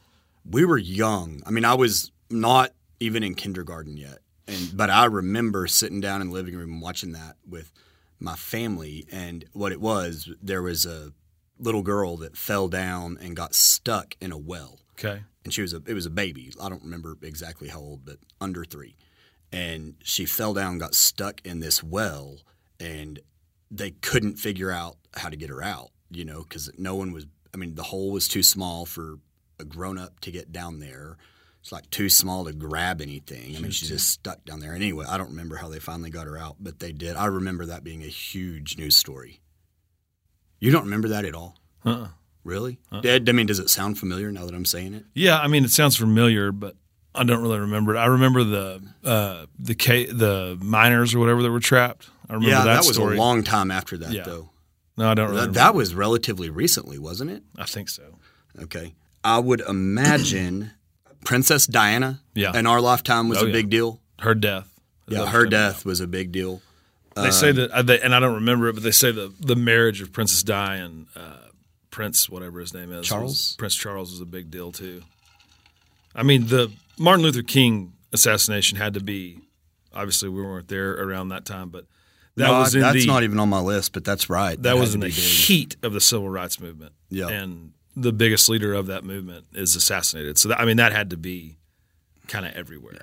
A: We were young. I mean, I was not even in kindergarten yet. And but I remember sitting down in the living room and watching that with my family and what it was, there was a little girl that fell down and got stuck in a well
B: Okay.
A: and she was a it was a baby. I don't remember exactly how old, but under three. And she fell down, got stuck in this well, and they couldn't figure out how to get her out. You know, because no one was. I mean, the hole was too small for a grown up to get down there. It's like too small to grab anything. I mean, she's just stuck down there. And anyway, I don't remember how they finally got her out, but they did. I remember that being a huge news story. You don't remember that at all,
B: Uh-uh.
A: really? Dad, I mean, does it sound familiar now that I'm saying it?
B: Yeah, I mean it sounds familiar, but I don't really remember it. I remember the uh, the ca- the miners or whatever that were trapped. I remember
A: yeah,
B: that,
A: was
B: story.
A: a long time after that,
B: Yeah.
A: though.
B: no, I don't
A: Th- That,
B: remember.
A: was relatively recently, wasn't it?
B: I think so.
A: Okay. I would imagine Princess Diana
B: Yeah.
A: in our lifetime was
B: Oh,
A: a
B: yeah.
A: big deal.
B: Her death.
A: Yeah,
B: That
A: her
B: was-
A: death was a big deal.
B: They say that, uh, they, and I don't remember it, but they say the the marriage of Princess Di and uh, Prince, whatever his name is,
A: Charles?
B: was- Prince Charles was a big deal too. I mean, the Martin Luther King assassination had to be. Obviously, we weren't there around that time, but that
A: No,
B: was in
A: that's
B: the
A: not even on my list, but that's right.
B: that
A: had
B: was
A: to
B: in the
A: be big.
B: heat of the civil rights movement.
A: Yeah.
B: and the biggest leader of that movement is assassinated. So that, I mean, that had to be kind of everywhere.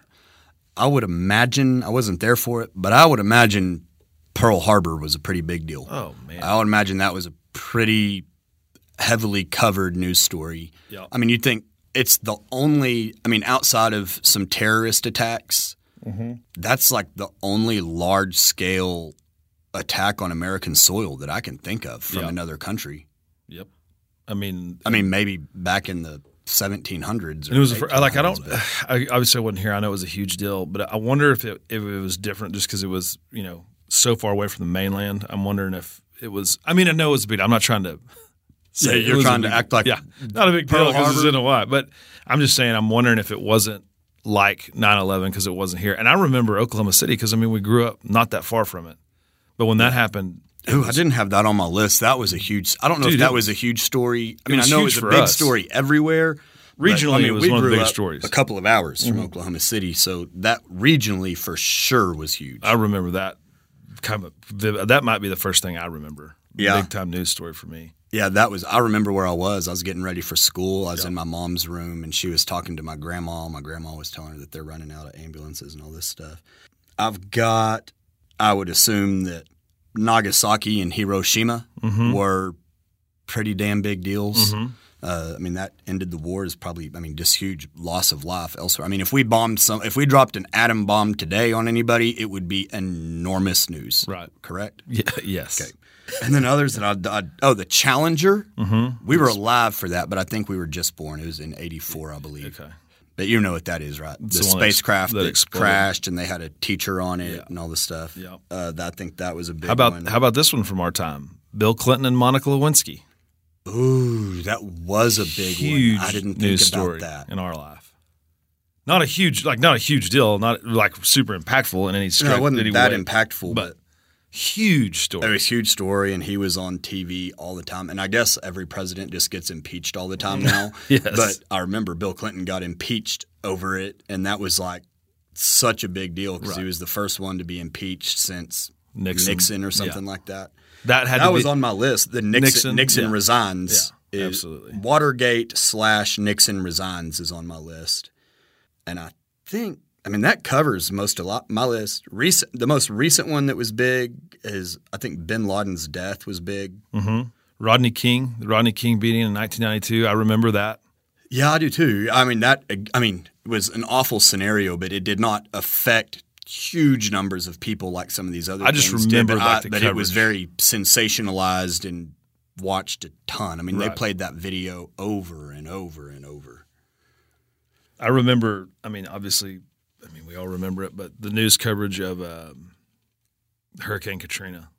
A: I would imagine, I wasn't there for it, but I would imagine Pearl Harbor was a pretty big deal.
B: Oh man,
A: I would imagine that was a pretty heavily covered news story.
B: Yeah.
A: I mean, you'd think it's the only, I mean, outside of some terrorist attacks,
B: Mm-hmm.
A: that's like the only large scale attack on American soil that I can think of from
B: Yeah.
A: another country.
B: yep. I mean,
A: I mean, maybe back in the 1700s. Or
B: And it was the fir-
A: 1800s,
B: like I don't.
A: but-
B: I obviously I wasn't here. I know it was a huge deal, but I wonder if it, if it was different just because it was you know so far away from the mainland. I'm wondering if it was. I mean, I know it was a big. I'm not trying to.
A: Yeah,
B: it
A: you're
B: was a
A: trying to
B: big-
A: act like
B: yeah, not a big deal
A: Pearl
B: because it's
A: Harbor.
B: in Hawaii. But I'm just saying, I'm wondering if it wasn't like 9/11 because it wasn't here. And I remember Oklahoma City because I mean we grew up not that far from it. But when that happened,
A: Ooh, I didn't have that on my list. That was a huge. I don't know if
B: Dude,
A: that
B: it-
A: was a huge story. I mean, I
B: was
A: know it was a
B: huge for
A: big
B: us.
A: story everywhere. but,
B: Regionally,
A: I mean,
B: it was
A: we
B: one of the
A: grew
B: biggest
A: up
B: stories. Mm-hmm.
A: A couple of hours from Oklahoma City, so that regionally for sure was huge.
B: I remember that kind of vivid. that might be the first thing I remember.
A: Yeah.
B: big time news story for me.
A: yeah, that was. I remember where I was. I was getting ready for school. I was in my mom's room, and she was talking to my grandma. My grandma was telling her that they're running out of ambulances and all this stuff. I've got. I would assume that Nagasaki and Hiroshima were pretty damn big deals. Uh, I mean, that ended the war is probably, I mean, just huge loss of life elsewhere. I mean, if we bombed some, if we dropped an atom bomb today on anybody, it would be enormous news.
B: Right.
A: Correct.
B: Yeah, yes.
A: Okay. And then others that I, I oh, the Challenger. Mm-hmm. We were alive for that, but I think we were just born. It was in '84, I believe.
B: Okay.
A: But you know what that is, right?
B: It's
A: the
B: the one that ex-
A: spacecraft
B: that
A: that,
B: exploded.
A: crashed and they had a teacher on it
B: Yeah.
A: and all this stuff.
B: Yeah.
A: Uh, that, I think that was a big
B: How about
A: one.
B: how about this one from our time? Bill Clinton and Monica Lewinsky.
A: Ooh, that was a big
B: huge
A: one. I didn't think
B: news
A: about
B: story
A: that.
B: in our life. Not a huge like not a huge deal, not like super impactful in any
A: No,
B: straight
A: it wasn't
B: any
A: that
B: way,
A: impactful, but,
B: but huge story.
A: it was a huge story, and he was on TV all the time. And I guess every president just gets impeached all the time now.
B: Yes.
A: But I remember Bill Clinton got impeached over it, and that was like such a big deal because he was the first one to be impeached since
B: Nixon.
A: Nixon, or something like that.
B: that had
A: That
B: to
A: was
B: be,
A: on my list. The Nixon
B: Nixon,
A: Nixon,
B: yeah.
A: resigns.
B: Yeah,
A: is-
B: absolutely.
A: Watergate slash Nixon resigns is on my list, and I think I mean that covers most a lot my list. Recent the most recent one that was big is I think Bin Laden's death was big.
B: Rodney King, the Rodney King beating in 1992. I remember that.
A: Yeah, I do too. I mean that I mean it was an awful scenario, but it did not affect huge numbers of people like some of these other.
B: I just
A: things did,
B: remember,
A: but,
B: like,
A: I-
B: the
A: but it was
B: coverage.
A: very sensationalized and watched a ton. I mean, they
B: Right.
A: played that video over and over and over.
B: I remember. I mean, obviously, I mean we all remember it, but the news coverage of um, Hurricane Katrina.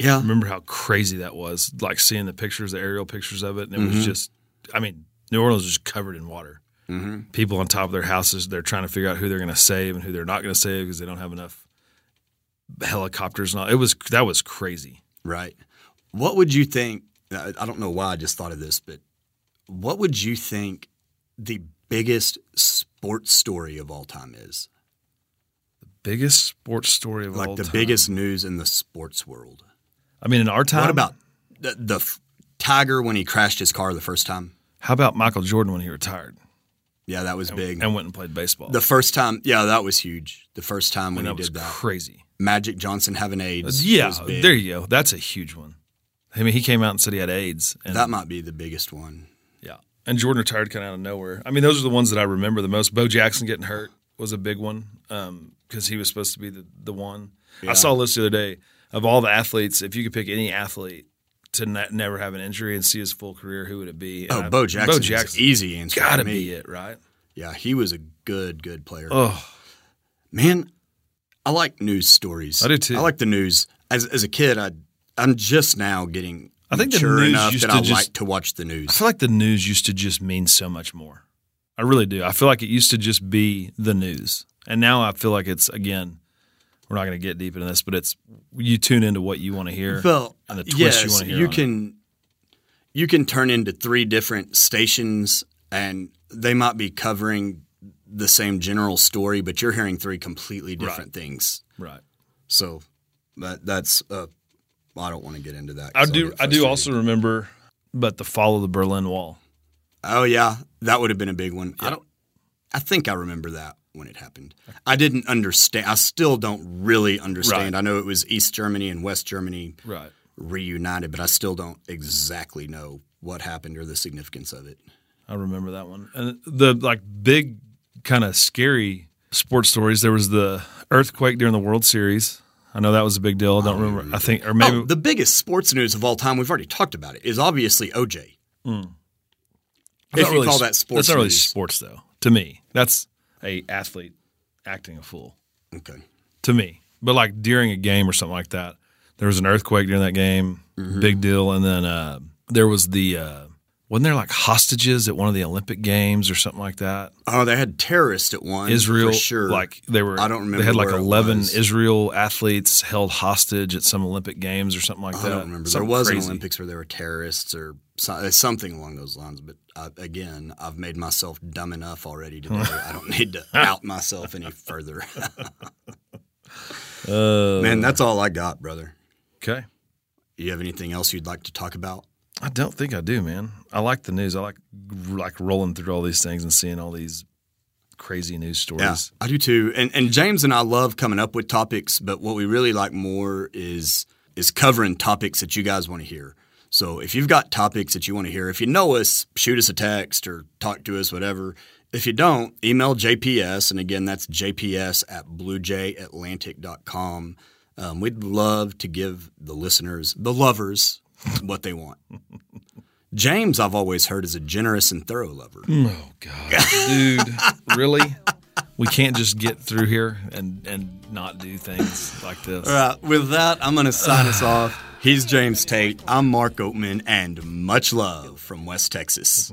A: Yeah,
B: Remember how crazy that was? Like seeing the pictures, the aerial pictures of it, and it
A: Mm-hmm.
B: was just. I mean, New Orleans was just covered in water.
A: Mm-hmm.
B: People on top of their houses, they're trying to figure out who they're going to save and who they're not going to save because they don't have enough helicopters and all. It was that was crazy.
A: right. What would you think? I I don't know why I just thought of this, but what would you think the biggest sports story of all time is?
B: Biggest sports story of all
A: Like the
B: time.
A: biggest news in the sports world.
B: I mean, in our time,
A: What about the, the f- Tiger when he crashed his car the first time?
B: how about Michael Jordan when he retired
A: Yeah, that was big.
B: and went and played baseball?
A: the first time, yeah, that was huge. The first time when
B: and
A: he
B: that was
A: did that,
B: crazy.
A: Magic Johnson having AIDS.
B: Yeah,
A: was big.
B: there you go. That's a huge one. I mean, he came out and said he had AIDS, and
A: that might be the biggest one.
B: yeah, and Jordan retired kind of out of nowhere. I mean, those are the ones that I remember the most. Bo Jackson getting hurt was a big one because he was supposed to be the the one. I saw a list the other day of all the athletes. If you could pick any athlete to ne- never have an injury and see his full career, who would it be? And
A: Oh,
B: I-
A: Bo Jackson.
B: Bo
A: is
B: Jackson,
A: easy answer. for
B: gotta
A: me.
B: be it, right?
A: Yeah, he was a good, good player.
B: Oh,
A: Man, I like news stories.
B: I do too.
A: I like the news. As as a kid, I I'm just now getting
B: I think the
A: mature
B: news
A: enough
B: used
A: that
B: to
A: I
B: just-
A: like to watch the
B: I
A: news.
B: feel like the news used to just mean so much more. I really do. I feel like it used to just be the news. And now I feel like it's, again, we're not going to get deep into this, but it's you tune into what you want to hear.
A: Well,
B: and the twist you
A: yes,
B: wanna hear on it.
A: can you can turn into three different stations, and they might be covering the same general story, but you're hearing three completely different things.
B: right.
A: So that that's uh, I don't want to get into that.
B: I
A: 'cause I'll
B: do,
A: get
B: I do
A: frustrated.
B: also remember, but the fall of the Berlin Wall.
A: Oh yeah, that would have been a big one. I don't. I think I remember that when it happened. I didn't understand. I still don't really understand. I know it was East Germany and West Germany
B: Right.
A: reunited, but I still don't exactly know what happened or the significance of it.
B: I remember that one. And the like big kind of scary sports stories. There was the earthquake during the World Series. I know that was a big deal. I don't remember. I think, or maybe
A: Oh, the biggest sports news of all time, we've already talked about it, is obviously OJ.
B: Mm. That's
A: If
B: not
A: you
B: really
A: call
B: s-
A: that sports
B: that's not really
A: news.
B: sports though. To me, that's a athlete acting a fool.
A: Okay.
B: To me, but like during a game or something like that, there was an earthquake during that game,
A: Mm-hmm.
B: big deal, and then uh, there was the uh, wasn't there like hostages at one of the Olympic games or something like that?
A: Oh, they had terrorists at one.
B: Israel,
A: for sure.
B: like they were.
A: I don't remember.
B: They had like
A: where it
B: eleven
A: was.
B: Israel athletes held hostage at some Olympic games or something like
A: I
B: that.
A: don't remember.
B: uh, Something
A: there was
B: crazy.
A: an Olympics where there were terrorists or so- uh, something along those lines. But I, again, I've made myself dumb enough already today. I don't need to out myself any further. Man, that's all I got, brother.
B: Uh, Okay,
A: You have anything else you'd like to talk about?
B: I don't think I do, man. I like the news. I like like rolling through all these things and seeing all these crazy news
A: Yeah,
B: stories.
A: I do too. And and James and I love coming up with topics, but what we really like more is is covering topics that you guys want to hear. So if you've got topics that you want to hear, if you know us, shoot us a text or talk to us, whatever. If you don't, email JPS. And again, that's JPS at bluejayatlantic.com. Um, we'd love to give the listeners, the lovers, what they want. James, I've always heard, is a generous and thorough lover.
B: Oh God, dude, really? We can't just get through here and and not do things like this.
A: All right, with that, I'm going to sign us off. He's James Tate. I'm Mark Oatman, and much love from West Texas.